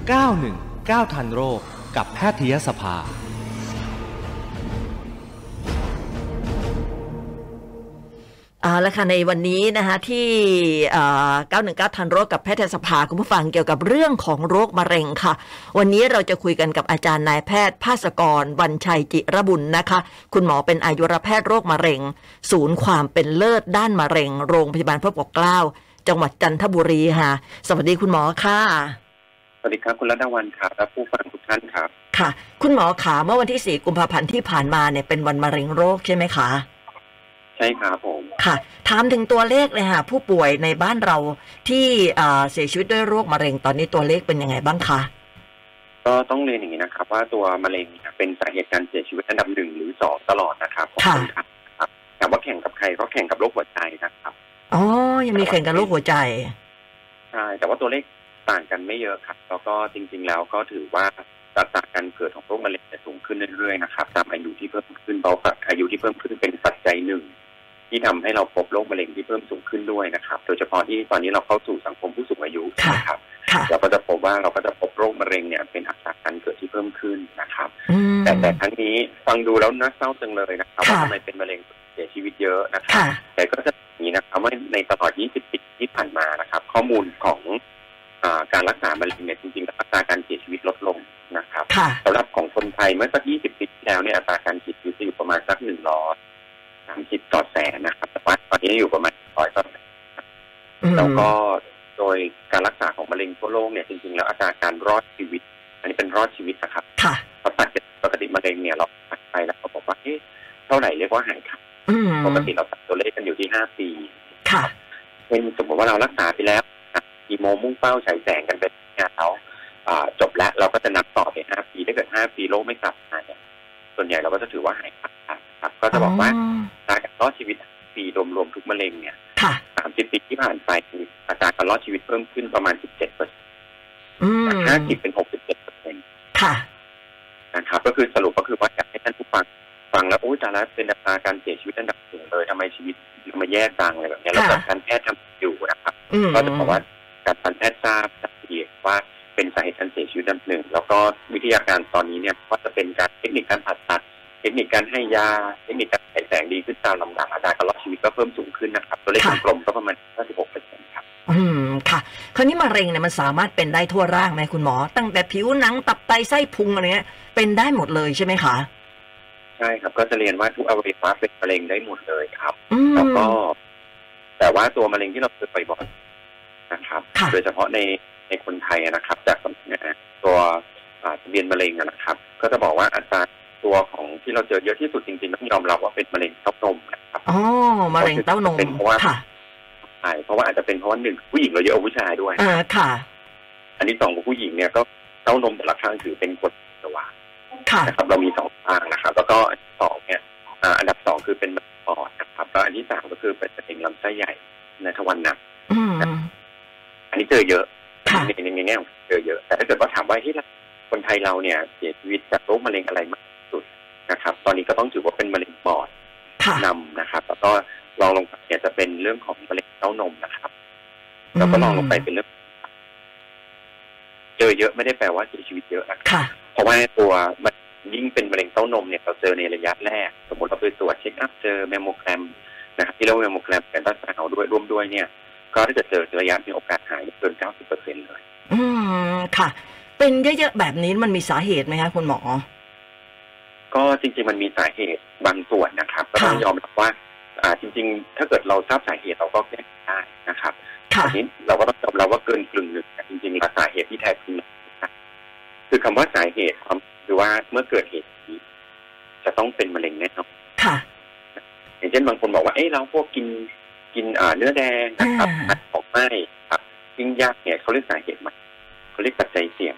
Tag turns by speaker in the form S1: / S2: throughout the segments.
S1: 919 ทันโรคกับแพทยสภา
S2: เอาละค่ะในวันนี้นะคะที่เอ่อ919 ทันโรคกับแพทยสภาคุณผู้ฟังเกี่ยวกับเรื่องของโรคมะเร็งค่ะ วันนี้เราจะคุยกันกับอาจารย์นายแพทย์ภาสกรวันชัยจิระบุญนะคะ คุณหมอเป็นอายุรแพทย์โรคมะเร็ง ศูนย์ความเป็นเลิศด้านมะเร็ง โรงพยาบาลพระปกเกล้า จังหวัดจันทบุรีค่ะ สวัสดีคุณหมอค่ะ
S3: สวัสดีครับคุณรัตนวันครับและผู้ฟังทุกท่านครับ
S2: ค่ะ คุณหมอขาเมื่อวันที่ 4 กุมภาพันธ์ที่ผ่านมาเนี่ยเป็นวันมะเร็งโรคใช่ไหมคะ
S3: ใช่ครับผม
S2: ค่ะถามถึงตัวเลขเลยค่ะ ผู้ป่วยในบ้านเราที่เอ่อเสียชีวิตด้วยโรคมะเร็งตอนนี้ตัวเลขเป็นยังไงบ้างคะ
S3: ก็ต้องเรียนอย่างนี้นะครับ ว่าตัวมะเร็งเนี่ยเป็นสาเหตุการเสียชีวิตอันดับหนึ่งหรือสองตลอดนะครับของ
S2: ค่ะ
S3: นไทยนะครับแต่ว่าแข่งกับใครก็แข่งกับโรคหัวใจนะครับ
S2: อ๋อ ยังมีแข่งกันโรคหัวใจ
S3: ใช่ แต่ว่าตัวเลขต่างกันไม่เยอะครับ แล้วก็จริง ๆ แล้วก็ถือว่าอัตราการเกิดของโรคมะเร็งจะสูงขึ้นเรื่อยๆนะครับตามอายุที่เพิ่มขึ้นเพราะว่าอายุที่เพิ่มขึ้นเป็นปัจจัยหนึ่ง ที่ทำให้เราพบโรคมะเร็งที่เพิ่มสูงขึ้นด้วยนะครับ โดยเฉพาะที่ตอนนี้เราเข้าสู่สังคมผู้สูงอายุ
S2: ค่ะ
S3: นะครับ
S2: ค่ะ
S3: เราก็จะพบว่าเราก็จะพบโรคมะเร็งเนี่ยเป็นอัตราการเกิดที่เพิ่มขึ้นนะครับ
S2: อืม
S3: แต่แต่ครั้งนี้ฟังดูแล้วน่าเศร้าจังเลยนะครับ
S2: ค่ะ
S3: ว่าทำไมเป็นมะเร็งเสียชีวิตเยอะนะครับ
S2: ค่ะ
S3: แต่ก็จะเป็นอย่างนี้นะครับว่าในตลอด 20 ปีที่ผ่านมานะครับ ข้อมูลของอาการรักษามะเร็งเนี่ยจริงๆแล้วอัตราการเสียชีวิตลดลงนะครับ
S2: ค่ะ
S3: สำหรับของคนไทยเมื่อสัก 20 ปีที่แล้วเนี่ยอัตราการเสียชีวิตจะอยู่ประมาณสัก 100 30 ต่อแสนนะครับแต่ว่าตอนนี้อยู่ประมาณ100ต่อแสน
S2: อืม
S3: แล้วก็โดยการรักษาของมะเร็งทั่วโลกเนี่ยจริงๆแล้วอัตราการรอดชีวิต อันนี้เป็นรอดชีวิตนะครับ
S2: ค่ะ
S3: เพราะตัดจากปกติมะเร็งเนี่ยเราตัดไปแล้วเขาบอกว่าเอ๊ะเท่าไหร่เรียกว่าหายขาด
S2: อืม
S3: ปกติเราตัดตัวเลขกันอยู่ที่ห้าปี
S2: ค่ะ
S3: เป็นสมมติว่าเรารักษาไปแล้วอีโมมุ่งเป้าฉายแสงกันไปเนี่ยเขาอ่าจบแล้วเราก็จะนับต่อไปห้าปีถ้าเกิดห้าปีโรคไม่กลับมาเนี่ยส่วนใหญ่เราก็จะถือว่าหายขาดครับก็จะบอกว่าอัตราการรอดชีวิตปีรวมๆทุกมะเร็งเนี่ย
S2: ค่ะ
S3: สามสิบปีที่ผ่านไปคืออัตราการรอดชีวิตเพิ่มขึ้นประมาณ 17เปอร์เซ็นต์
S2: อืม
S3: จากห้าสิบเป็น 67เปอร์เซ็นต์
S2: ค่ะ
S3: นะครับ ก็คือสรุปก็คือว่าอยากให้ท่านผู้ฟังฟังแล้วโอ้ยแต่ละเป็นอัตราการเสียชีวิตอันดับหนึ่งเลยทำไมชีวิตทำไมาแย่จังอะไรแบบเนี้ยแล้ว
S2: ค่ะ
S3: จากการแพทย์ทำอยู่นะครับ
S2: อืม
S3: ก็จะบอกว่าการการแพทย์ทราบสาเหตุว่าเป็นสาเหตุการเสียชีวิตอันดับหนึ่งแล้วก็วิทยาการตอนนี้เนี่ยก็จะเป็นการเทคนิคการผ่าตัด เทคนิคการให้ยา เทคนิคการฉายแสงดีขึ้นตามลำดับอัตราการรอดชีวิตก็เพิ่มสูงขึ้นนะครับตัวเลขกลมๆก็ประมาณ 56เปอร์เซ็นต์ครับ
S2: อืมค่ะ คราวนี้มะเร็งเนี่ยมันสามารถเป็นได้ทั่วร่างไหมคุณหมอ ตั้งแต่ผิวหนังตับไตไส้พุงอะไรเงี้ยเป็นได้หมดเลยใช่ไหมคะ
S3: ใช่ครับก็จะเรียนว่าทุกอวัยวะเป็นมะเร็งได้หมดเลยครับ
S2: อืม
S3: แล้วก็ แต่ว่าตัวมะเร็งที่เราเจอบ่อยๆนะครับ
S2: ค่ะ
S3: โดยเฉพาะในในคนไทยอะนะครับ จากสำนักงานตัวอ่าทะเบียนมะเร็งอะนะครับ ก็จะบอกว่าอัตราตัวของที่เราเจอเยอะที่สุดจริงๆต้องยอมรับว่าเป็นมะเร็งเต้านมนะครับ
S2: อ๋อมะเร็งเต้านม
S3: เป็นเพราะว่า
S2: ค่ะ
S3: ใช่เพราะว่าอาจจะเป็นเพราะว่าหนึ่งผู้หญิงเราเยอะกว่าผู้ชายด้วย
S2: เออค่ะ
S3: อันที่สองของผู้หญิงเนี่ยก็เต้านมแต่ละข้างถือเป็นกรดสวา
S2: ค่ะ
S3: นะครับเรามีสองทางนะครับ แล้วก็อันที่สองเนี่ยอ่าอันดับสองคือเป็นมะเร็งปอดนะครับแล้วอันที่สามก็คือเป็นมะเร็งลำไส้ใหญ่ในทวันหนัก
S2: อืม
S3: อันนี้เจอเยอะ
S2: ค่ะ
S3: ในในในแง่ของเจอเยอะ แต่ถ้าเกิดว่าถามว่าที่คนไทยเราเนี่ยเสียชีวิตจากโรคมะเร็งอะไรมากที่สุดนะครับ ตอนนี้ก็ต้องถือว่าเป็นมะเร็งปอด
S2: ค่ะ
S3: นำนะครับ แล้วก็รองลงไปเนี่ยจะเป็นเรื่องของมะเร็งเต้านมนะครับ แล้วก็รองลงไปเป็นเรื่อง เจอเยอะไม่ได้แปลว่าเสียชีวิตเยอะนะครับ
S2: ค่ะ
S3: เพราะว่าตัวมันยิ่งเป็นมะเร็งเต้านมเนี่ยเราเจอในระยะแรก สมมติเราไปตรวจเช็คอัพเจอแมมโมแกรมนะครับที่เรียกว่าแมมโมแกรมเป็นต้านสาวด้วยร่วมด้วยเนี่ย ก็ถ้าเกิดเจอระยะมีโอกาสหายเกิน 90เปอร์เซ็นต์เลย
S2: อืม ค่ะ เป็นเยอะๆแบบนี้มันมีสาเหตุไหมคะคุณหมอ
S3: ก็จริงๆมันมีสาเหตุบางส่วนนะครับ ก็ต้อง
S2: ค่ะ
S3: ยอมรับว่า อ่าจริง ๆ ถ้าเกิดเราทราบสาเหตุเราก็แก้ไขได้นะครับ
S2: ค่ะ
S3: อันนี้เราก็ต้องยอมรับว่าเกินกึ่งหนึ่งเนี่ยจริงๆแล้วสาเหตุที่แท้จริงนะครับคือคำว่าสาเหตุความคือว่าเมื่อเกิดเหตุนี้จะต้องเป็นมะเร็งแน่นอน
S2: ค่ะ
S3: อย่างเช่นบางคนบอกว่าเอ้ยเราพวกกินกินอ่าเนื้อแดงนะครับ
S2: อ่า
S3: ผัดของไหม้ครับยิ่งยากเนี่ยเขาเรียกสาเหตุไหมเขาเรียกปัจจัยเสี่ยง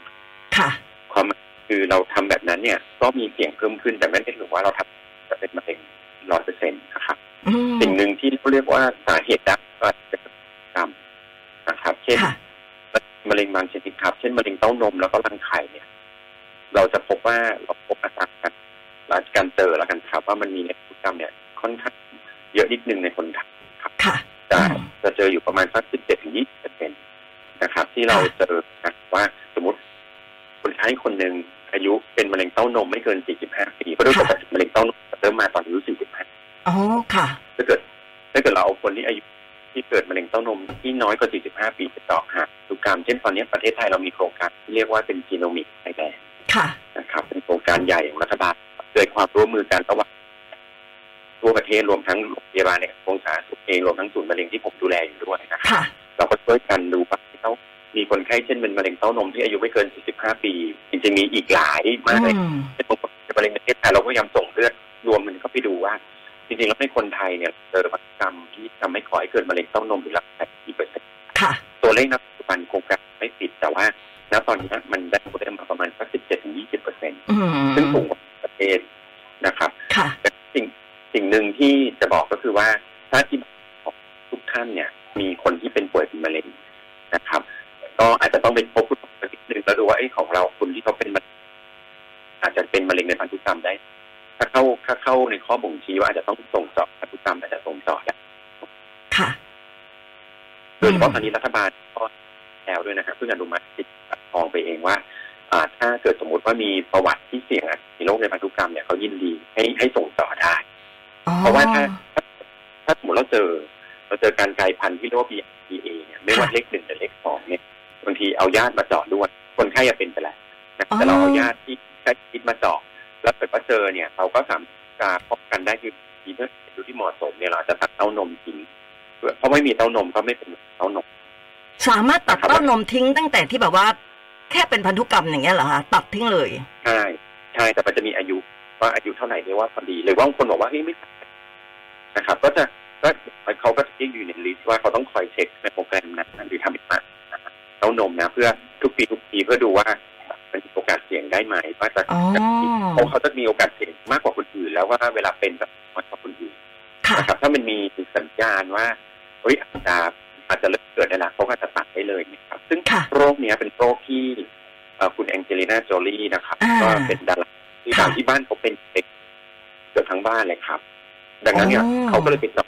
S2: ค่ะ
S3: ความหมายคือเราทำแบบนั้นเนี่ย ก็มีเสี่ยงเพิ่มขึ้นแต่ไม่ได้ถือว่าเราทำจะเป็นมะเร็งร้อยเปอร์เซ็นต์นะครับ
S2: อืม
S3: สิ่งหนึ่งที่เขาเรียกว่าสาเหตุดักก็อาจจะเป็นกรรมนะครับ เช่น
S2: ค่ะ
S3: มะเร็งบางชนิดครับเช่นมะเร็งเต้านมแล้วก็รังไข่เนี่ย เราจะพบว่าเราพบอัตราการการเจอแล้วกันครับ ว่ามันมีในพฤติกรรมเนี่ยค่อนข้างเยอะนิดนึงในคนไทย
S2: ค่ะ
S3: จะ
S2: อืม
S3: จะเจออยู่ประมาณสัก 17 ถึง 20เปอร์เซ็นต์นะครับ ที่เรา
S2: ค่ะ
S3: เจอนะว่าสมมติ คนไข้คนหนึ่งอายุเป็นมะเร็งเต้านมไม่เกิน 45 ปีเพราะโด้วยปกติมะเร็งเต้านมจะเริ่มมาตอนอายุ 45
S2: อ๋อค่ะ
S3: ถ้าเกิดถ้าเกิดเราเอาคนที่อายุที่เกิดมะเร็งเต้านมที่น้อยกว่า 45 ปีไปเจาะหาสุกรรมเช่นตอนนี้ประเทศไทยเรามีโครงการที่เรียกว่าเป็นจีโนมิกไทยแลนด์
S2: ค่ะ
S3: นะครับเป็นโครงการใหญ่ของรัฐบาลเกิดความร่วมมือกันระหว่างทั่วประเทศรวมทั้งโรงพยาบาลในกระทรวงสาธารณสุขเองรวมทั้งศูนย์มะเร็งที่ผมดูแลอยู่ด้วยนะครับ
S2: ค่ะ
S3: เราก็ช่วยกันดูว่าเขามีคนไข้เช่นเป็นมะเร็งเต้านมที่อายุไม่เกิน 45 ปีจริงๆมีอีกหลายมากเลย
S2: อืม
S3: เป็นคนมะเร็งประเทศไทยเราก็พยายามส่งเลือดรวมมันก็ไปดูว่า จริงๆแล้วในคนไทยเนี่ยเจอวัตกรรมที่ทำให้ก่อให้เกิดมะเร็งเต้านมหรือหลักแปดสิบเปอร์เซ็นต์
S2: ค่ะ
S3: ตัวเลขณปัจจุบันโครงการไม่ติดแต่ว่าณตอนนี้มันได้โคได้มาประมาณสัก 17-20เปอร์เซ็นต์
S2: อืม
S3: ซึ่งสูงกว่าประเทศนะครับ
S2: ค่ะ
S3: แต่สิ่งสิ่งหนึ่งที่จะบอกก็คือว่าถ้าที่ของทุกท่านเนี่ย มีคนที่เป็นป่วยเป็นมะเร็งนะครับ ก็อาจจะต้องไปพบคุณหมอสักนิดนึงแล้วดูว่าไอ้ยของเราคนที่เขาเป็นมะเร็งอาจจะเป็นมะเร็งในพันธุกรรมได้ ถ้าเข้าถ้าเข้าในข้อบ่งชี้ว่าอาจจะต้องส่งเจาะพันธุกรรมอาจจะส่งเจาะได้
S2: ค่ะ
S3: โดยเฉพาะตอนนี้รัฐบาลก็แล้วด้วยนะครับเพิ่งอนุมัติสิทธิ์บัตรทองไปเองว่า อ่า ถ้าเกิดสมมติว่ามีประวัติที่เสี่ยงมีโรคในพันธุกรรมเนี่ยเขายินดีให้ให้ส่งต่อได้
S2: อ๋อ
S3: เพราะว่าถ้าถ้าถ้าสมมติเราเจอ เราเจอการกลายพันธุ์ที่เรียกว่า BA เนี่ยไม่ว่า
S2: ค่ะ
S3: เลขหนึ่งหรือเลขสองเนี่ยบางทีเอาญาติมาเจาะด้วยคนไข้จะเป็นไปแล้วนะ
S2: อ๋อ
S3: แต่เราเอาญาติที่ใกล้ชิดมาเจาะแล้วเกิดว่าเจอเนี่ย เราก็สามารถจะป้องกันได้คือมีเลือดดูที่เหมาะสมเนี่ยเราอาจจะตัดเต้านมทิ้งเพื่อเพราะไม่มีเต้านมก็ไม่เป็นเต้านม
S2: สามารถตัด
S3: ครับ
S2: เต้านมทิ้งตั้งแต่ที่แบบว่า แค่เป็นพันธุกรรมอย่างเงี้ยเหรอคะตัดทิ้งเลย
S3: ใช่ใช่แต่มันจะมีอายุว่าอายุเท่าไหร่เนี่ยว่าพอดีหรือว่าบางคนบอกว่าเฮ้ยไม่นะครับ ก็จะก็เขาก็จะอยู่ในลิสต์ว่าเขาต้องคอยเช็คในโปรแกรมนั้นหรือทำอีกมาเต้านมนะเพื่อทุกปีทุกปีเพื่อดูว่ามันมีโอกาสเสี่ยงได้ไหมว่าจะ
S2: อ๋อ
S3: จะมีเขาเขาจะมีโอกาสเสี่ยงมากกว่าคนอื่น แล้วว่าเวลาเป็นจะน้อยกว่าคนอื่น
S2: ค่ะ
S3: นะครับ ถ้ามันมีสัญญาณว่าเฮ้ยอาจจะอาจจะเริ่มเกิดได้ละเขาก็จะตัดได้เลยนะครับ ซึ่ง
S2: ค่ะ
S3: โรคเนี้ยเป็นโรคที่เอ่อคุณแองเจลิน่าโจลี่นะครับ
S2: อ่า
S3: ก็เป็นดาราที่
S2: ค่ะ
S3: ตามที่บ้านเขาเป็นเด็กเกือบทั้งบ้านเลยครับ ดังนั้นเนี่ย
S2: อ๋อ
S3: เขาก็เลยติดต่อ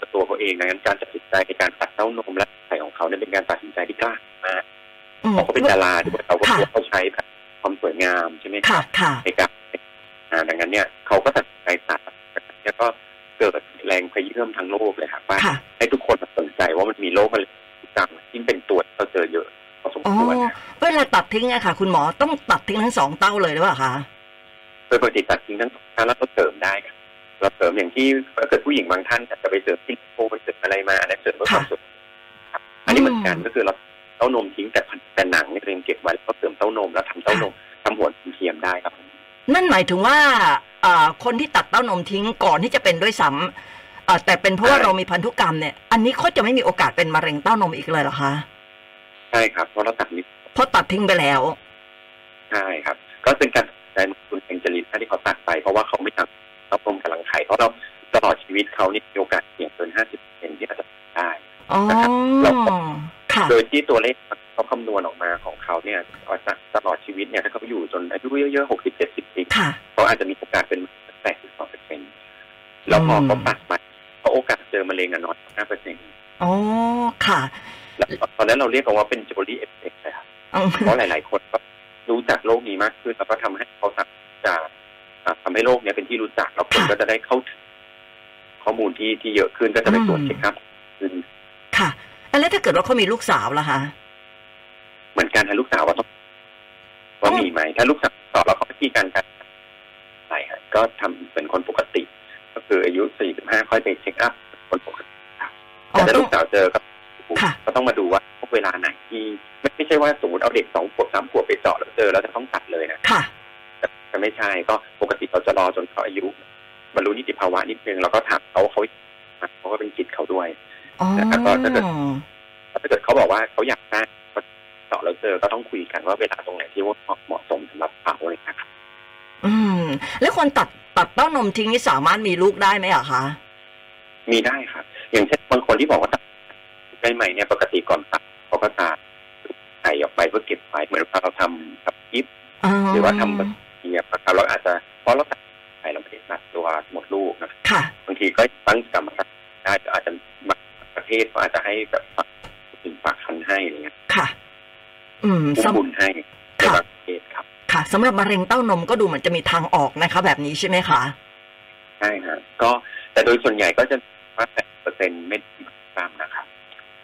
S3: กับตัวเขาเองดังนั้นการตัดสินใจในการตัดเต้านมและไข่ของเขาเนี่ยเป็นการตัดสินใจที่กล้ามาก
S2: อืม
S3: เพราะเขาเป็นดาราด้วยเขาก็
S2: ค่ะ
S3: เขาใช้แบบความสวยงามใช่ไหมครับ
S2: ค่ะ ค่ะ
S3: ในการอ่าดังนั้นเนี่ยเขาก็ตัดสินใจตัดแล้วก็เกิดแรงพยเยื่อมทั้งโลกเลยครับว่า
S2: ค่ะ
S3: ให้ทุกคนสนใจว่ามันมีโรคมะเร็งต่างที่เป็นตัวที่เราเจอเยอะพอสม
S2: อ๋อ
S3: ควร
S2: เวลาตัดทิ้งอะค่ะ คุณหมอต้องตัดทิ้งทั้งสองเต้าเลยหรือเปล่าคะ
S3: โดยปกติตัดทิ้งทั้งสองข้างแล้วก็เสริมได้ครับเราเสริมอย่างที่ถ้าเกิดผู้หญิงบางท่านอาจจะไปเสริมที่โพไปเสริมอะไรมาอันนั้นเสริมเพื่อความสุขครับอันนี้เหมือนกันก็คือเราเต้านมทิ้งแต่พันแต่หนังเนี่ยเรายังเก็บไว้แล้วก็เสริมเต้านมแล้วทำเต้านมทำหัวนมเทียมได้ครับ
S2: นั่นหมายถึงว่าเอ่อคนที่ตัดเต้านมทิ้งก่อนที่จะเป็นด้วยซ้ำเอ่อแต่เป็นเพราะว่า
S3: ใช่
S2: เรามีพันธุกรรมเนี่ย อันนี้เขาจะไม่มีโอกาสเป็นมะเร็งเต้านมอีกเลยเหรอคะ
S3: ใช่ครับเพราะเราตัดนิด
S2: เพราะตัดทิ้งไปแล้ว
S3: ใช่ครับ ก็เป็นการตัดสินใจของคุณเองจลินที่เขาตัดไป เพราะว่าเขาไม่ทำรับรมกำลังไข่เพราะเราตลอดชีวิตเขานี่มีโอกาสเสี่ยงเกิน 50เปอร์เซ็นต์ที่อาจจะได้
S2: อ๋อ
S3: เราก็
S2: ค่ะ
S3: โดยที่ตัวเลขเขาคำนวณออกมาของเขาเนี่ยตลอดชีวิตเนี่ยถ้าเขาอยู่จนอายุเยอะๆ 60 70ปี
S2: ค่ะ
S3: เขาอาจจะมีโอกาสเป็น82เปอร์เซ็นต์แล้วพอเขาตัดไปเขาโอกาสเจอมะเร็งอะน้อยกว่า5เปอร์เซ็นต์
S2: อ๋อ ค่ะ
S3: แล้วตอนนั้นเราเรียกกันว่าเป็นจูลี่เอฟเฟกต์ครับ
S2: อืม
S3: เพราะหลาย ๆ คนก็รู้จักโลกนี้มากขึ้น แล้วก็ทำให้เขาสามารถจะอ่าทำให้โลกเนี้ยเป็นที่รู้จักแล้วคน
S2: ค่ะ
S3: ก็จะได้เข้าถึงข้อมูลที่ที่เยอะขึ้นก็จะไปตรวจ
S2: อืม
S3: เช็คครับขึ้น
S2: ค่ะแล้วถ้าเกิดว่าเขามีลูกสาวล่ะคะ
S3: เหมือนการหาลูกสาวว่าต้องว่ามีไหม ถ้าลูกสาวตอบเราเขาที่การกันใช่ฮะก็ทำเป็นคนปกติ ก็คืออายุ 45 ค่อยไปเช็คอัพคนปกติ
S2: อ๋อ
S3: แต่ถ้า
S2: ต้อ
S3: ลู
S2: ง
S3: กสาวเจอก็
S2: ค่ะ
S3: ก็ต้องมาดูว่าเวลาไหนที่ไม่ไม่ใช่ว่าสมมติเอาเด็กสองขวบสามขวบไปเจาะแล้วเจอแล้วจะต้องตัดเลยนะ
S2: ค่ะ
S3: จะไม่ใช่ก็ปกติเราจะรอจนเขาอายุบรรลุนิติภาวะนิดนึงแล้วก็ถามเขาว่าเขาเขาก็เป็นจิตเขาด้วย
S2: อ๋อ
S3: นะครับก็ถ้าเกิด ถ้าเกิดเขาบอกว่าเขาอยากได้ก็เจาะแล้วเจอก็ต้องคุยกันว่าเวลาตรงไหนที่ว่าเหมาะสมสำหรับเขาอะไรอย่างเลยนะครับ
S2: อืม แล้วคนตัดตัดเต้านมทิ้งนี่สามารถมีลูกได้ไหมอะคะ
S3: มีได้ครับ อย่างเช่นบางคนที่บอกว่าตัดได้ไหมเนี่ยปกติก่อนตัดเขาก็ตัดไข่ออกไปเพื่อเก็บไว้เหมือนเราทำกับยิบ หรือว่าทำแบบเทียบนะครับเราอาจจะเพราะเราตัดไข่เราไม่ได้ตัดตัวหมดลูกนะครับ
S2: ค่ะ
S3: บางทีก็ตั้งกรรมการได้อาจจะบางประเทศก็อาจจะให้แบบฝากฝากคันให้อะไรเงี้ย
S2: ค่ะ อืม
S3: ผู้
S2: สำ
S3: บุญให้ใน
S2: ค่ะ
S3: บางประเทศครับ
S2: ค่ะสำหรับมะเร็งเต้านมก็ดูเหมือนจะมีทางออกนะคะ แบบนี้ใช่ไหมคะ
S3: ใช่ฮะก็แต่โดยส่วนใหญ่ก็จะว่าแปดเปอร์เซ็นต์ไม่ตามนะครับ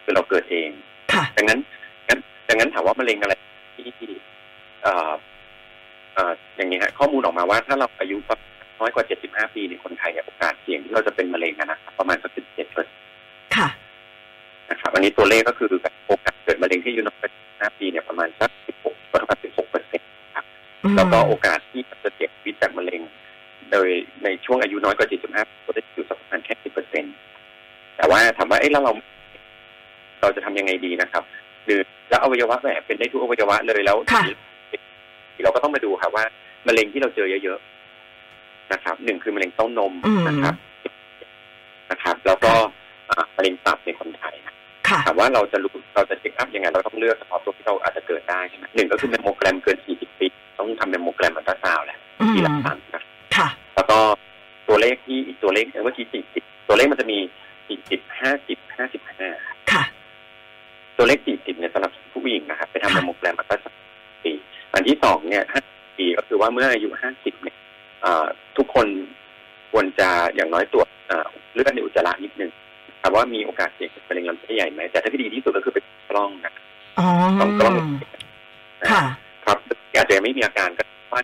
S3: คือเราเกิดเอง
S2: ค่ะ
S3: ดังนั้นงั้นดังนั้นถามว่ามะเร็งอะไรที่เอ่อเอ่ออย่างนี้ฮะข้อมูลออกมาว่าถ้าเราอายุประมาณน้อยกว่า 75 ปีเนี่ยคนไทยเนี่ยโอกาสเสี่ยงที่เราจะเป็นมะเร็งนะครับประมาณสัก17เปอร์เซ็นต์
S2: ค่ะ
S3: นะครับอันนี้ตัวเลขก็คือโอกาสเกิดมะเร็งที่อายุน้อยกว่า75ปีเนี่ยประมาณสัก16ประมาณ16เปอร์เซ็นต์
S2: อืม
S3: แล้วก็โอกาสที่จะเสียชีวิตจากมะเร็ง โดยในช่วงอายุน้อยกว่า 75ปีก็จะอยู่สักประมาณแค่10เปอร์เซ็นต์แต่ว่าถามว่าเอ้แล้วเรา เราจะทำยังไงดีนะครับ หรือแล้วอวัยวะแหมเป็นได้ทุกอวัยวะเลยแล้ว
S2: ค่ะ
S3: เราก็ต้องมาดูค่ะว่ามะเร็งที่เราเจอเยอะๆนะครับหนึ่งคือมะเร็งเต้านม
S2: อืม
S3: นะครับนะครับ แล้วก็เอ่อมะเร็งตับในคนไทยนะ
S2: ค่ะ
S3: ถามว่าเราจะรู้เราจะเช็คอัพยังไงเราต้องเลือกเฉพาะตัวที่เราอาจจะเกิดได้ใช่ไหมหนึ่งก็คือเมมโมแกรมเกิน 40 ปี ต้องทำเมมโมแกรมอัลตราซาวด์แหละ
S2: อืม
S3: ที่หลักสามนะ
S2: ค่ะ
S3: แล้วก็ตัวเลขที่อีกตัวเลขเมื่อกี้สี่สิบตัวเลขมันจะมีสี่สิบห้าสิบห้าสิบห้า
S2: ค่ะ
S3: ตัวเลขสี่สิบเนี่ยสำหรับผู้หญิงนะครับไปทำ
S2: ค่ะ
S3: เมมโมแกรมอัลตราซาวด์ปีอันที่สองเนี่ยห้าปีก็คือว่าเมื่ออายุห้าสิบเนี่ยเอ่อทุกคนควรจะอย่างน้อยตรวจเอ่อเลือดในอุจจาระนิดนึงแต่ว่ามีโอกาสเสี่ยงเป็นมะเร็งลำไส้ใหญ่ไหมแต่ถ้าที่ดีที่สุดก็คือไปกล้องนะ
S2: อ๋อ
S3: ต้องกล้อง
S2: ค่ะ
S3: ครับอาจจะยังไม่มีอาการก็ว่า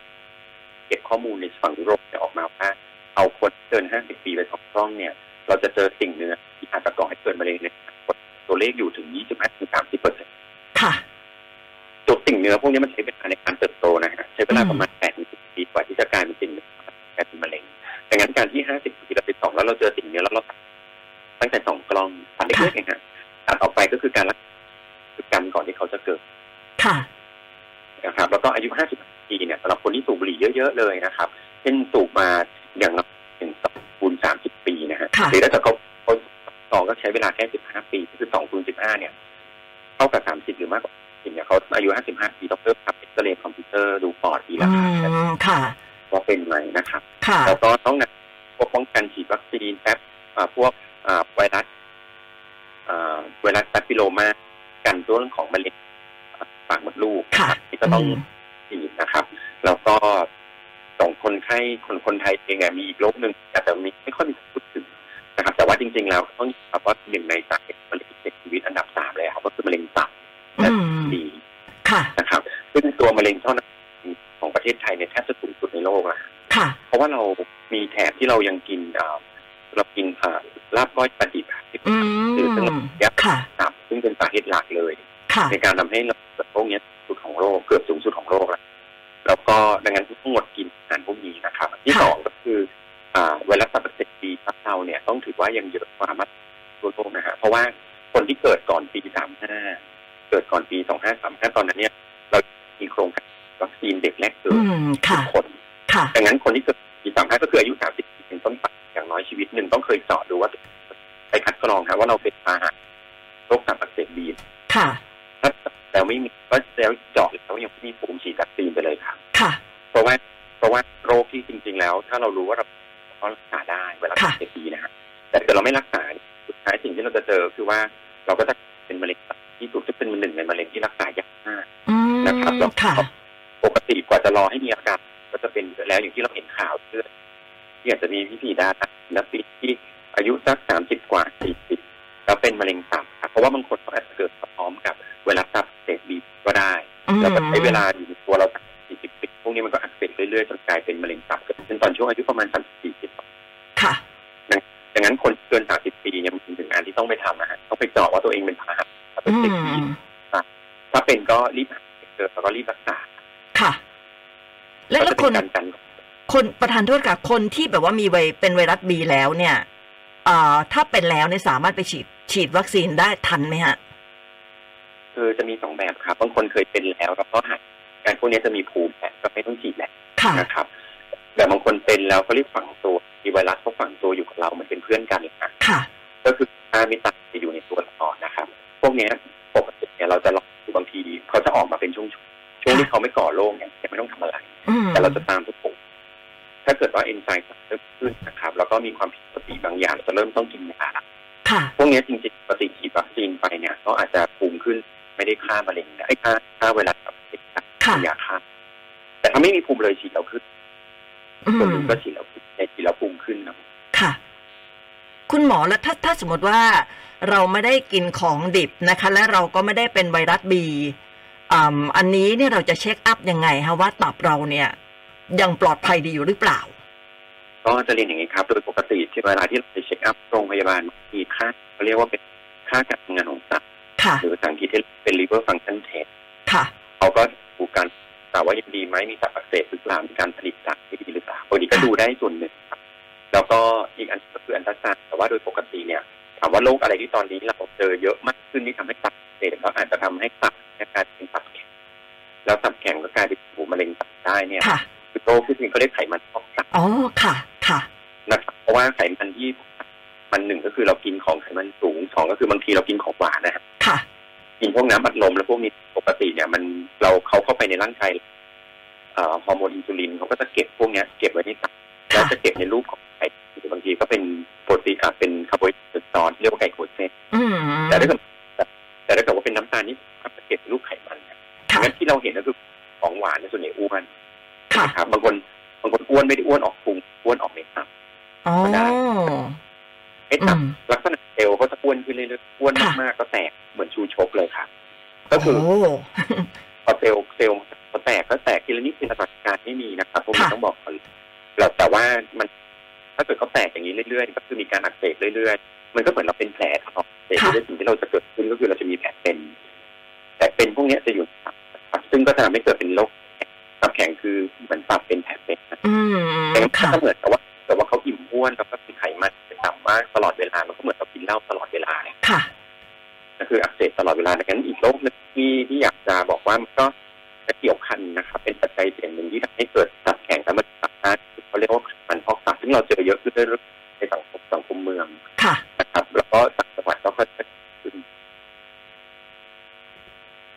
S3: เก็บข้อมูลในฝั่งยุโรปเนี่ยออกมาว่า เอาคนเกิน 50 ปีไปสองกล้องเนี่ย เราจะเจอสิ่งหนึ่งที่อาจจะก่อให้เกิดมะเร็งในอนาคตตัวเลขอยู่ถึง 25ถึง30เปอร์เซ็นต์
S2: ค่ะ
S3: ตัวสิ่งเนื้อพวกนี้มันใช้เวลาในการเติบโตนะฮะใช้เวลา
S2: อืม
S3: ประมาณ8ถึง10ปีกว่าที่จะกลายเป็นสิ่งหนึ่งกลายเป็นมะเร็งดังนั้นการที่ 50ปีเราไปสองแล้วเราเจอสิ่งเนื้อแล้วเราตั้งแต่สองกล้องตัดเล็กๆเองฮะตัดออกไปก็คือการรักษาคือกันก่อนที่เขาจะเกิด
S2: ค่ะ
S3: นะครับ แล้วก็อายุ 50 ปีเนี่ยสำหรับคนที่สูบบุหรี่เยอะๆเลยนะครับเช่นสูบมาอย่างละถึงสองคูณสามสิบปีนะฮะ
S2: ค่ะ
S3: หรือถ้าเกิดเขาเขาสองก็ใช้เวลาแค่สิบห้าปีคือสองคูณสิบห้าเนี่ยเท่ากับสามสิบหรือมากกว่าสิบเนี่ยเขาอายุห้าสิบห้าปีต้องเริ่มทำเอ็กซเรย์คอมพิวเตอร์ดูปอดทีละ
S2: อื
S3: ครั้ง
S2: มค่ะ
S3: ว่าเป็นไหมนะครับ
S2: ค่ะ
S3: แล้วก็ต้องนะพวกป้องกันฉีดวัคซีนแป๊บอ่าพวกอ่าไวรัสอ่าไวรัสแปปปิโลมากันเรื่องของมะเร็งปากมดลูก
S2: ค่ะ
S3: นะครับที่ก็ต้อง
S2: อืม
S3: ฉีดนะครับ แล้วก็ส่งคนไข้คนคนไทยเองเนี่ยมีอีกโรคหนึ่งแต่แต่มีไม่ค่อยมีพูดถึงนะครับ แต่ว่าจริง ๆ แล้วต้องยอมรับว่าหนึ่งในสาเหตุมะเร็งเสียชีวิตอันดับสามเลยครับก็คือมะเร็งตับ
S2: อืม
S3: ดี
S2: ค่ะ
S3: นะครับซึ่งตัวมะเร็งเท่านั้นของประเทศไทยเนี่ยแทบจะสูงสุดในโลกนะ
S2: ค่ะ
S3: เพราะว่าเรามีแถบที่เรายังกินเอ่อเรากินเอ่อลาบก้อยปลาดิบอะ
S2: อื
S3: ซึ่งเป็น
S2: ม
S3: ยับ
S2: ค่ะ
S3: ตับซึ่งเป็นสาเหตุหลักเลย
S2: ค่ะ
S3: ในการทำให้เราเกิดโรคเนี้ยสุดของโลกเกือบสูงสุดของโลกแล้วแล้วก็ดังนั้นต้องงดกินอาหารพวกนี้นะครับ ที่
S2: ค่ะ
S3: สองก็คืออ่าไวรัสตับอักเสบบีตับเตาเนี่ยต้องถือว่ายังเยอะกว่ามาตรฐานโลกนะฮะเพราะว่าคนที่เกิดก่อนปีสามห้าเกิดก่อนปีสองห้าสามห้าตอนนั้นเนี่ย เรามีโครงการวัคซีนเด็กแรกเกิ
S2: อื
S3: ด
S2: ม
S3: ทุ
S2: ค่ะ
S3: กคน
S2: ค่ะ
S3: ดังนั้นคนที่เกิดปีสามห้าก็คืออายุสามสิบเป็นต้นไปอย่างน้อยชีวิตหนึ่งต้องเคยสอบดูว่าไปคัดกรองครับว่าเราเป็นพาหะโรคตับอักเสบบี
S2: ค่ะ
S3: ถ้าแล้วไม่มีก็แล้วเจาะแล้วยังไม่มีภูมิฉีดวัคซีนไปเลยครับ
S2: ค่ะ
S3: เพราะว่าเพราะว่าโรคที่จริง ๆ แล้ว ถ้าเรารู้ว่าเราเรารักษาได้เวลา
S2: ค่ะ
S3: เสพบีนะฮะแต่ถ้าเกิดเราไม่รักษาเนี่ยสุดท้ายสิ่งที่เราจะเจอคือว่าเราก็จะเป็นมะเร็งตับที่สุดที่เป็นหนึ่งในมะเร็งที่รักษายากมาก
S2: อืม
S3: นะครับแล้ว
S2: ค่ะ
S3: ปกติกว่าจะรอให้มีอาการก็จะเป็นแล้วอย่างที่เราเห็นข่าวเพื่อนที่อาจจะมีพี่ผีดารานักปีที่อายุสักสามสิบกว่าสี่สิบแล้วเป็นมะเร็งตับครับเพราะว่าบางคนเขาอาจจะเกิดพร้อมกับเวลาตับอักเสพบีก็ได้
S2: อืม
S3: แล้วก็ใช้เวลาอยู่ในตัวเราสี่สิบปีพวกนี้มันก็อักเสบเรื่อยๆจนกลายเป็นมะเร็งตับเกิดขึ้นตอนช่วงอายุประมาณสามสี่สิบ
S2: ค่ะ
S3: ดังนั้นคนเกินสามสิบปีเนี่ยมันเป็นถึงงานที่ต้องไปทำนะฮะต้องไปเจาะว่าตัวเองเป็นพาหะตับอั
S2: อื
S3: กเสบบี
S2: ม
S3: ถ้าเป็นก็รีบหาเจอแล้วก็รีบรักษา
S2: ค่ะ และ
S3: ก็
S2: แล้
S3: จะ
S2: วค
S3: เป็น
S2: น
S3: การกัน
S2: คนประธานโทษค่ะคนที่แบบว่ามีไวเป็นไวรัสบีแล้วเนี่ยเอ่อถ้าเป็นแล้วเนี่ยสามารถไปฉีดฉีดวัคซีนได้ทันไหมฮะ
S3: คือจะมีสองแบบครับบางคนเคยเป็นแล้วแล้วก็หายการพวกนี้จะมีภูมิแพ้ก็ไม่ต้องฉีดแหละ
S2: ค่ะ
S3: นะครับ แต่บางคนเป็นแล้วเขาเรียกฝังตัวมีไวรัสเขาฝังตัวอยู่กับเราเหมือนเป็นเพื่อนกันเลยนะ
S2: ค่ะ
S3: ก็คือถ้าไม่ตัดจะอยู่ในตัวเราก่อนนะครับ พวกเนี้ยปกติเนี่ยเราจะลองดูบางทีเขาจะออกมาเป็นช่วงๆช่วงที่เขาไม่ก่อโรคเนี่ยยังไม่ต้องทำอะไร
S2: อืม
S3: แต่เราจะตามทุกปุ่มถ้าเกิดว่าเอนไซม์เริ่มขึ้นนะครับ แล้วก็มีความผิดปกติบางอย่างจะเริ่มต้องกินยา
S2: ค่ะ
S3: พวกเนี้ยจริงๆปฏิฉีดวัคซีนไปเนี่ยก็อาจจะภูมิขึ้นไม่ได้ฆ่ามะเร็งนะไอ้ฆ่าฆ่าไวรัสตับอักเสบนะ
S2: ค่ะ
S3: ยาฆ่าแต่ถ้า ไม่มีภูมิเลยฉีดแล้วขึ้น
S2: อื
S3: ส่วน
S2: ม
S3: หนึ่งก็ฉีดแล้วขึ้นแต่ฉีดแล้วภูมิขึ้นนะ
S2: ค่ะ คุณหมอแล้วถ้าถ้าสมมติว่าเราไม่ได้กินของดิบนะคะ และเราก็ไม่ได้เป็นไวรัสบีอ่ำอันนี้เนี่ยเราจะเช็คอัพยังไงฮะว่าตับเราเนี่ย ยังปลอดภัยดีอยู่หรือเปล่า
S3: ก็จะเรียนอย่างนี้ครับ โดยปกติที่เวลาที่เราไปเช็คอัพโรงพยาบาลมีค่าเขาเรียกว่าเป็นค่าการทำงานของตับ
S2: ค่ะ
S3: หรือภาษาอังกฤษที่เป็น liver function test
S2: ค่ะ
S3: เขาก็ดูการแต่ว่ายังดีไหมมีตับอักเสบหรือเปล่ามีการผลิตตับที่ดีหรือเปล่าปกติก็ดูได้ส่วนหนึ่งครับ แล้วก็อีกอันก็คืออันตราซาวด์แต่ว่าโดยปกติเนี่ยถามว่าโรคอะไรที่ตอนนี้เราเจอเยอะมากขึ้นที่ทำให้ตับอักเสบแล้วอาจจะทำให้ตับเนี่ยกลายเป็นตับแข็งแล้วตับแข็งก็กลายเป็นหูมะเร็งตับได้เนี่ย
S2: ค่ะ
S3: คือโรคที่จริงเขาเรียกไขมันพอกตับ
S2: อ๋อ ค่ะ ค่ะ
S3: นะครับเพราะว่าไขมันที่มันหนึ่งก็คือเรากินของไขมันสูงสองก็คือบางทีเรากินของหวานนะฮะ
S2: ค่ะ
S3: กินพวกน้ำอัดลมแล้วพวกนี้ปกติเนี่ยมันเราเขาเข้าไปในร่างกายเอ่อฮอร์โมนอินซูลินเขาก็จะเก็บพวกเนี้ยเก็บไว้ในตับแล้ว
S2: ค่ะ
S3: จะเก็บในรูปของไขหรือบางทีก็เป็นโปรตีนอ่ะเป็นคาร์โบไฮเดรตซ้อนเรียกว่าไกลโคเจน
S2: อืม
S3: แต่ถ้าเกิดแต่ถ้าเกิดว่าเป็นน้ำตาลนี่จะเก็บในรูปไขมันนะ
S2: ค่ะ
S3: งั้นที่เราเห็นก็คือของหวานเนี่ยส่วนใหญ่อ้วน
S2: ค่ะ
S3: นะครับบางคนบางคนอ้วนไม่ได้อ้วนออกพุงอ้วนออกในตับ
S2: อ๋อ
S3: ไอ้
S2: อื
S3: ตับ
S2: ม
S3: ลักษณะเซลล์เขาจะอ้วนขึ้นเรื่อยๆอ้วน
S2: ค่ะ
S3: มากๆก็แตกเหมือนชูชกเลยครับ ก็
S2: โอ้โห
S3: คือพอเซลล์เซลล์พอแตกก็แตกทีละนิดทีละหลักการไม่มีนะครับพวกนี้
S2: ค่ะ
S3: ต้องบอกก่อนเราแต่ว่ามัน ถ้าเกิดเขาแตกอย่างนี้เรื่อยๆก็คือมีการอักเสบเรื่อยๆ มันก็เหมือนเราเป็นแผลถลอกเสบเรื่อยๆสิ่งที่เราจะเกิดขึ้นก็คือเราจะมีแผลเป็น แต่เป็นพวกเนี้ยจะอยู่ในตับครับซึ่งก็จะทำให้เกิดเป็นโรคตับแข็งคือเหมือนตับเป็นแผลเป็นนะ
S2: อืม
S3: แต่มัน
S2: ค่ะ
S3: ก็เหมือนกับว่าแต่ว่าเขาอิ่มอ้วนแล้วก็มีไขมันไปต่ำมากตลอดเวลามันก็เหมือนกับกินเหล้าตลอดเวลาเนี่ย
S2: ค่ะ
S3: ก็คืออักเสบตลอดเวลาดังนั้นอีกโรคหนึงที่ที่อยากจะบอกว่ามันก็จะเกี่ยวพันนะครับ เป็นปัจจัยเสี่ยงหนึ่งที่ทำให้เกิดตับแข็งและมันตับได้เขาเรียกว่าไขมันพอกตับซึ่งเราเจอเยอะขึ้นเรื่อยๆในสังคมสังคมเมือง
S2: ค่ะ
S3: นะครับ แล้วก็ต่างจังหวัดก็ค่อยๆ ดั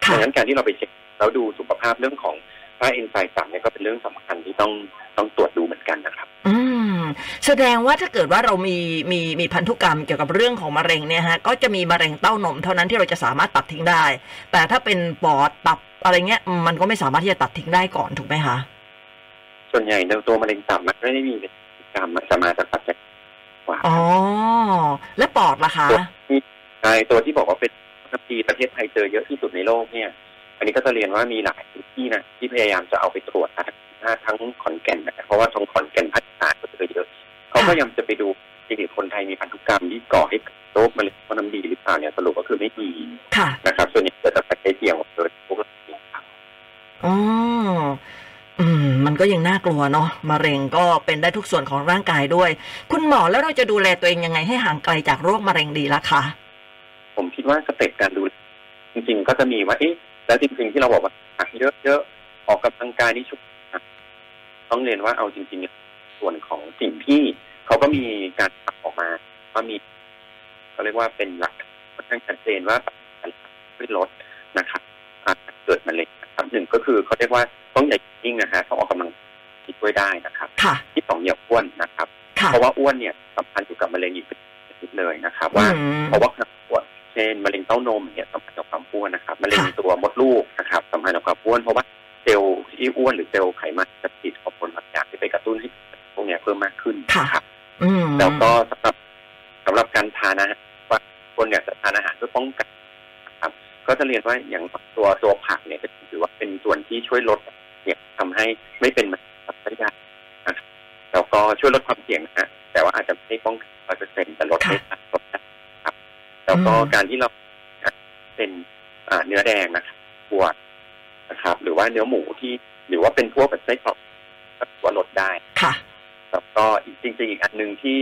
S2: ค่ะ
S3: งนั้นการที่เราไปเช็คแล้วดูสุขภาพเรื่องของค่าเอนไซม์ต่ำเนี่ยก็เป็นเรื่องสำคัญที่ต้องต้องตรวจดูเหมือนกันนะครับ
S2: อืม แสดงว่าถ้าเกิดว่าเรามีมีมีพันธุกรรมเกี่ยวกับเรื่องของมะเร็งเนี่ยฮะ ก็จะมีมะเร็งเต้านมเท่านั้นที่เราจะสามารถตัดทิ้งได้ แต่ถ้าเป็นปอดตับอะไรเงี้ย มันก็ไม่สามารถที่จะตัดทิ้งได้ก่อนถูกไหมคะ
S3: ส่วนใหญ่ในตัวมะเร็งตับมันไม่ได้มีพฤติกรรมมันจะมาจากปัจจัยกว่า
S2: อ๋อ และปอดล่ะคะ
S3: ใช่ตัวที่บอกว่าเป็นทัพพีประเทศไทยเจอเยอะที่สุดในโลกเนี่ย อันนี้ก็จะเรียนว่ามีหลายที่นะที่พยายามจะเอาไปตรวจนะทั้งขอนแก่นนะเพราะว่าทางขอนแก่นพัฒนาก็เจอเยอะเขาก็ยังจะไปดูจริงๆคนไทยมีพันธุกรรมที่ก่อให้เกิดโรคมะเร็งเพราะน้ำดีหรือเปล่าเนี่ยสรุปก็คือไม่มี
S2: ค่ะ
S3: นะครับ ส่วนใหญ่เกิดจากปัจจัยเสี่ยงของตัวพวกเราเองครับ
S2: อ๋อ อืม มันก็ยังน่ากลัวเนาะ มะเร็งก็เป็นได้ทุกส่วนของร่างกายด้วย คุณหมอแล้วเราจะดูแลตัวเองยังไงให้ห่างไกลจากโรคมะเร็งดีล่ะคะ
S3: ผมคิดว่าสเต็ปการดูแลจริงๆ ก็จะมีว่า เอ๊ะ แล้วจริงๆ ที่เราบอกว่าอ่ะเยอะๆ ออกกำลังกายนี่ชุดอ่ะต้องเรียนว่าเอาจริงๆ ส่วนของสิ่งที่เขาก็มีการปรับออกมาว่ามีเขาเรียกว่าเป็นหลักค่อนข้างชัดเจนว่าปัญหาขึ้นลดนะครับอาจเกิดมะเร็งนะครับหนึ่งก็คือเขาเรียกว่าต้องอย่าหยุดนิ่งนะฮะต้องออกกำลังคิดด้วยได้นะครับ
S2: ค่ะ
S3: ที่สองอย่าอ้วนนะครับ
S2: ค่ะ
S3: เพราะว่าอ้วนเนี่ยสัมพันธ์อยู่กับมะเร็งอีกเป็นชนิดเลยนะครับว่า
S2: อืม
S3: เพราะว่าความอ้วนเช่นมะเร็งเต้านมอย่างเนี่ยสำคัญกับความอ้วนนะครับมะเร็ง
S2: ค่ะ
S3: ตัวมดลูกนะครับสำคัญกับความอ้วนเพราะว่าเซลล์ที่อ้วนหรือเซลล์ไขมันจะติดกับผลบางอย่างที่ไปกระตุ้นให้พวกเนี้ยเพิ่มมากขึ้นนะครับ
S2: อืม
S3: แล้วก็สำหรับสำหรับการทานอาหารว่าคนเนี่ยจะทานอาหารเพื่อป้องกันนะครับก็จะเรียนว่าอย่างตัวตัวผักเนี่ยก็ถือว่าเป็นส่วนที่ช่วยลดเนี่ยทำให้ไม่เป็นมะเร็งตับได้นะครับแล้วก็ช่วยลดความเสี่ยงนะฮะแต่ว่าอาจจะไม่ป้องกันร้อยเปอร์เซ็นต์แต่ลดได้มากลดได้ แล้วก็
S2: อืม
S3: การที่เราเป็นอ่าเนื้อแดงนะครับปวดนะครับ หรือว่าเนื้อหมูที่หรือว่าเป็นพวกแบบไส้กรอกก็ถือว่าลดได้
S2: ค่ะ
S3: แล้วก็อีกจริง ๆ อีกอันหนึ่งที่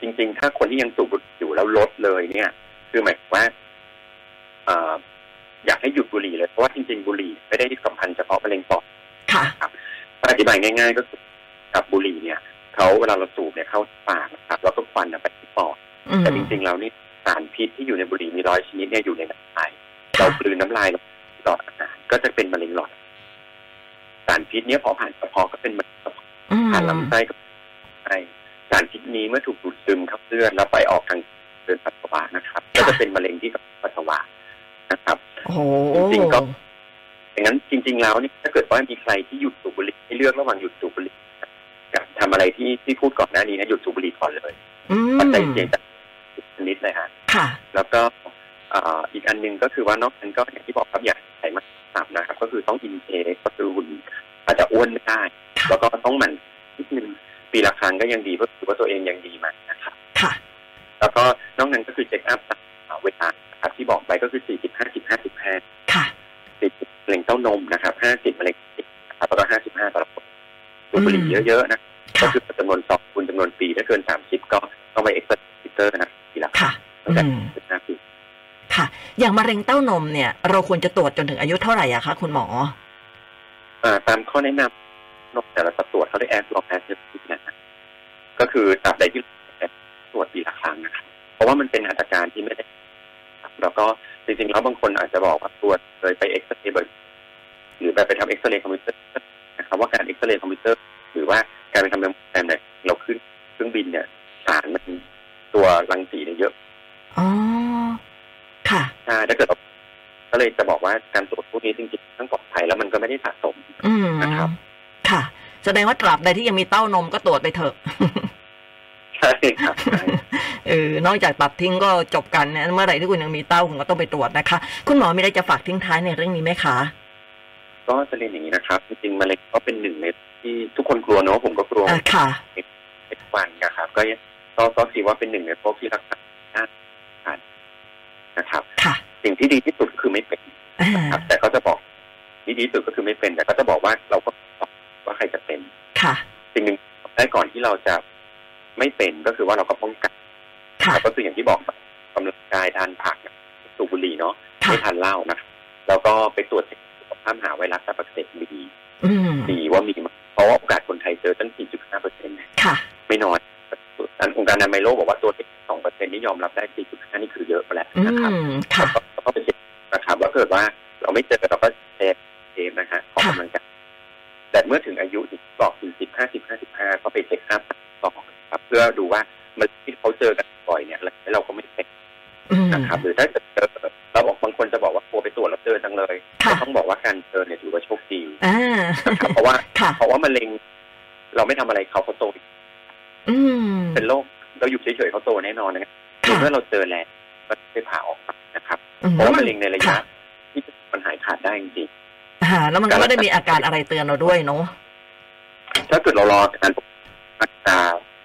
S3: จริง ๆ ถ้าคนที่ยังสูบบุหรี่อยู่แล้วลดเลยเนี่ย คือหมายความว่าอ่าอยากให้หยุดบุหรี่เลยเพราะว่าจริง ๆ บุหรี่ไม่ได้สัมพันธ์เฉพาะมะเร็งปอด
S2: ค่ะ
S3: อธิบายง่ายๆก็คือกับบุหรี่เนี่ยเขาเวลาเราสูบเนี่ยเข้าปากนะครับแล้วก็ควันน่ะไปที่ปอด
S2: อืม
S3: แต่จริงๆ แล้วนี่สารพิษที่อยู่ในบุหรี่มีร้อยชนิดเนี่ยอยู่ในน้ำลายเรา
S2: ค่ะ
S3: กลืนน้ำลายลงหลอดอาหารก็จะเป็นมะเร็งหลอดอาหารสารพิษเนี้ยพอผ่านกระเพาะก็เป็นมะเร็งกระเพาะ
S2: อืม
S3: ผ่านลำไส้ก็ไส้สารพิษนี้เมื่อถูกดูดซึมเข้าเลือดแล้วไปออกทางเดินปัสสาวะนะครับ ก็จะเป็นมะเร็งที่ปัสสาวะนะครับ
S2: โอ้โห
S3: จริงๆก็ ดังนั้นจริง ๆ แล้วเนี่ยถ้าเกิดว่ามีใครที่หยุดสูบบุหรี่ให้เลือกระหว่างหยุดสูบบุหรี่กับทำอะไรที่ที่พูดก่อนหน้านี้นะหยุดสูบบุหรี่ก่อนเลย
S2: อืม
S3: ปัจจัยเสี่ยงจากชนิดเลยฮะ
S2: ค่ะ
S3: แล้วก็เอ่ออีกอันหนึงก็คือว่านอกนั้นก็อย่างที่บอกครับอย่างไขมันต่ำนะครับ ก็คือต้องอินเทก็คือหุ่นอาจจะอ้วนไม่ได้
S2: ค่ะ
S3: แล้วก็ต้องหมั่นนิดนึงปีละครั้งก็ยังดีเพราะถือว่าตัวเองยังดีมากนะครับ
S2: ค่ะ
S3: แล้วก็นอกนั้นก็คือเช็คอัพตามเวลานะครับที่บอกไปก็คือ 40 50 50แพทย์
S2: ค่ะ
S3: 40มะเร็งเต้านมนะครับ 50มะเร็งนะครับแล้วก็ 55ต่อละคนดูดบุหรี่
S2: อืม
S3: เยอะๆนะก็
S2: ค่ะ
S3: คือจำนวนสองคูณจำนวนปีถ้าเกิน 30 ก็ต้องไปเอ็กซ์ติเตอร์นะครับทีละ
S2: ค่ะ
S3: ตั้งแต่
S2: อืม
S3: สิบห้าปี
S2: ค่ะ อย่างมะเร็งเต้านมเนี่ย เราควรจะตรวจจนถึงอายุเท่าไหร่อะคะคุณหมอ
S3: อ่าตามข้อแนะนำนอกแต่ละสัดส่วนเขาได้แอสลองแอสเซปติกนะครับก็คือตราบใดที่ตรวจปีละครั้งนะครับ เพราะว่ามันเป็นอาการที่ไม่ได้ครับแล้วก็จริงๆแล้วบางคนอาจจะบอกว่าตรวจเลยไปเอ็กซเรย์บ่อยหรือแบบไปทำเอ็กซเรย์คอมพิวเตอร์นะครับว่าการเอ็กซเรย์คอมพิวเตอร์ หรือว่าการไปทำเอ็มแอมเนี่ยเราขึ้นเครื่องบินเนี่ยสารมันตัวรังสีเนี่ยเยอะ
S2: อ๋อ ค่ะ
S3: ใช่ถ้าเกิดเราก็เลยจะบอกว่าการตรวจพวกนี้จริงๆทั้งปลอดภัยแล้วมันก็ไม่ได้สะสม
S2: อืม
S3: นะครับ
S2: ค่ะ แสดงว่าตราบใดที่ยังมีเต้านมก็ตรวจไปเถอะ
S3: ใช่ครับใช่
S2: เออนอกจากตัดทิ้งก็จบกันนะเมื่อไหร่ที่คุณยังมีเต้าคุณก็ต้องไปตรวจนะคะ คุณหมอมีอะไรจะฝากทิ้งท้ายในเรื่องนี้ไหมคะ
S3: ก็จะเรียนอย่างนี้นะครับจริงๆมะเร็งก็เป็นหนึ่งในที่ทุกคนกลัวเนอะผมก็กลัว
S2: อ่าค่ะ
S3: เป็นวันนะครับ ก็ยังก็ก็คิดว่าเป็นหนึ่งในพวกที่รักษาได้ทันนะครับ
S2: ค่ะ
S3: สิ่งที่ดีที่สุดคือไม่เป็น
S2: อ่า
S3: ครับ แต่เขาจะบอกที่ดีที่สุดก็คือไม่เป็น แต่เขาจะบอกว่าเราก็บอกว่าใครจะเป็น
S2: ค่ะ
S3: สิ่งหนึ่งได้ก่อนที่เราจะไม่เป็นก็คือว่าเราก็ป้องกัน
S2: ค่ะ
S3: ก็คืออย่างที่บอกกำลังกายทานผักสูบบุหรี่เนาะ
S2: ค่ะ
S3: ไม่ทานเหล้านะครับแล้วก็ไปตรวจสุขภาพหาไวรัสตับอักเสบบี
S2: อืม
S3: ดีว่ามีมั้ยเพราะว่าโอกาสคนไทยเจอตั้ง 4.5เปอร์เซ็นต์
S2: ค่ะ
S3: ไม่น้อยอันองค์การอนามัยโลกบอกว่าตัวเลข2เปอร์เซ็นต์นี่ยอมรับได้ 4.5 นี่คือเยอะไปแล้ว
S2: อื
S3: นะครับ
S2: ม ค่ะ
S3: แล้วก็เป็นสิทธิ์นะครับว่าเกิดว่าเราไม่เจอเราก็เซฟเซฟนะฮะออกกำลังกายแต่เมื่อถึงอายุอีกบอก40 50 55 ก็ไปเช็คอัพต่อครับ เพื่อดูว่ามันที่เขาเจอกันบ่อยเนี่ยแล้วเราก็ไม่เป็น
S2: อืม
S3: นะครับ หรือถ้าเกิดเจอเราบอกบางคนจะบอกว่ากลัวไปตรวจแล้วเจอจังเลย
S2: ค่ะ
S3: ก็ต้องบอกว่าการเจอเนี่ยถือว่าโชคดี
S2: อ่า
S3: นะครับเพราะว่า
S2: ค่ะ
S3: เพราะว่ามะเร็งเราไม่ทำอะไรเขาเขาโต
S2: อืม
S3: เป็นโรคเราอยู่เฉยๆเขาโตแน่นอนนะครับ
S2: ค่ะ
S3: เมื่อเราเจอแล้วก็ไปผ่าออกมานะครับ
S2: อืม
S3: เพราะว่ามะเร็งในระยะ
S2: ค่
S3: ที่มันหายขาดได้จริง
S2: อ่าแล้วมันก็ไม่ได้มีอาการอะไรเตือนเราด้วยเนาะ
S3: ๆถ้าเกิดเรารอการมักจะ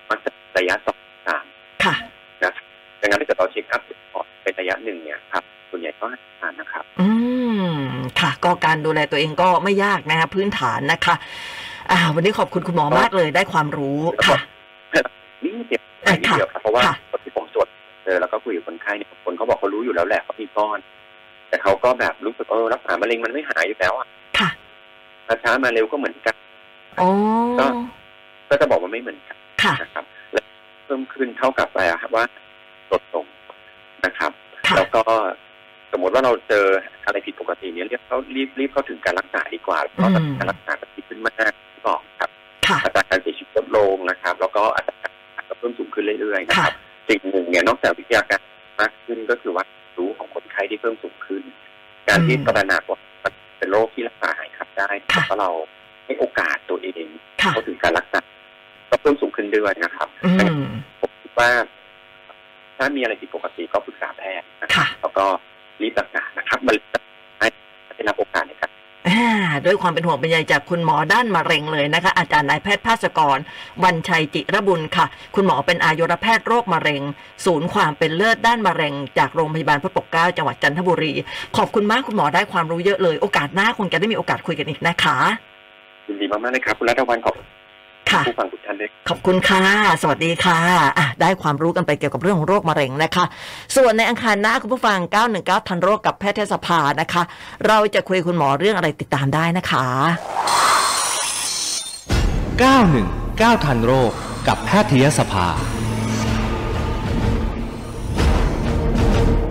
S3: มักจะระยะสองสาม
S2: ค่ะ
S3: นะครับดังนั้นถ้าเกิดเราเช็คอัพก่อนเป็นระยะหนึ่งเนี่ยครับส่วนใหญ่ก็หายขาดนะครับ
S2: อืม ค่ะ ก็การดูแลตัวเองก็ไม่ยากนะคะพื้นฐานนะคะ อ่า วันนี้ขอบคุณคุณหมอมากเลยได้ความรู้ค่ะ
S3: นี่เดียวนิดเดียวครับเพราะว่า
S2: ค่ะ
S3: คนที่ผมตรวจเจอแล้วก็คุยกับคนไข้เนี่ยคนเขาบอกเขารู้อยู่แล้วแหละเขามีก้อน แต่เขาก็แบบรู้สึกเออรักษามะเร็งมันไม่หายอยู่แล้วอะ
S2: ค่ะ
S3: ถ้าช้ามาเร็วก็เหมือนกัน
S2: อ๋อ
S3: ก็ ก็จะบอกว่าไม่เหมือนกัน
S2: ค่ะ
S3: นะครับ และเพิ่มขึ้นเท่ากับอะไรอะครับว่าลดลงนะครับ
S2: ค่ะ
S3: แล้วก็สมมติว่าเราเจออะไรผิดปกติเนี่ยเรียกเขารีบรีบเข้าถึงการรักษาดีกว่าเพราะ
S2: อืม
S3: การรักษาก็ดีขึ้นมากบอกครับ
S2: ค่ะ
S3: อัตราการเสียชีวิตลดลงนะครับ แล้วก็อัตราการก็เพิ่มสูงขึ้นเรื่อยๆนะค
S2: ค่ะ
S3: รับ สิ่งหนึ่งเนี่ยนอกจากวิทยาการมากขึ้นก็คือว่ารู้ของคนไข้ที่เพิ่มสูงขึ้น การที่
S2: อืม
S3: ตระหนักว่ามันเป็นโรคที่รักษาหายขาดได้
S2: ค่ะ
S3: แล้วเราให้โอกาสตัวเอง
S2: ค่ะ
S3: เข้าถึงการรักษาก็เพิ่มสูงขึ้นด้วยนะครับ
S2: อื
S3: ดังนั้น
S2: ม
S3: ผมคิดว่า ถ้ามีอะไรผิดปกติก็ปรึกษาแพทย์นะครับ
S2: ค่ะ
S3: แล้วก็รีบรักษานะครับมันจะให้ได้รับโอกาสในการ
S2: อ่าด้วยความเป็นห่วงเป็นใยจากคุณหมอด้านมะเร็งเลยนะคะ อาจารย์นายแพทย์ภาสกร วันชัยจิระบุญค่ะ คุณหมอเป็นอายุรแพทย์โรคมะเร็ง ศูนย์ความเป็นเลิศด้านมะเร็ง จากโรงพยาบาลพระปกเกล้าจังหวัดจันทบุรี ขอบคุณมากคุณหมอได้ความรู้เยอะเลย โอกาสหน้าคงจะได้มีโอกาสคุยกันอีกนะคะ
S3: ยินดีมากๆนะครับคุณรัฐวันขอบคุณ
S2: ค่ะ
S3: ผู้ฟังทุกท่านด้วย
S2: ขอบคุณค่ะ สวัสดีค่ะอ่ะ ได้ความรู้กันไปเกี่ยวกับเรื่องของโรคมะเร็งนะคะ ส่วนในอังคารหน้าคุณผู้ฟัง 919 ทันโรคกับแพทยสภานะคะ เราจะคุยคุณหมอเรื่องอะไรติดตามได้นะคะ
S1: 919 ทันโรคกับแพทยสภา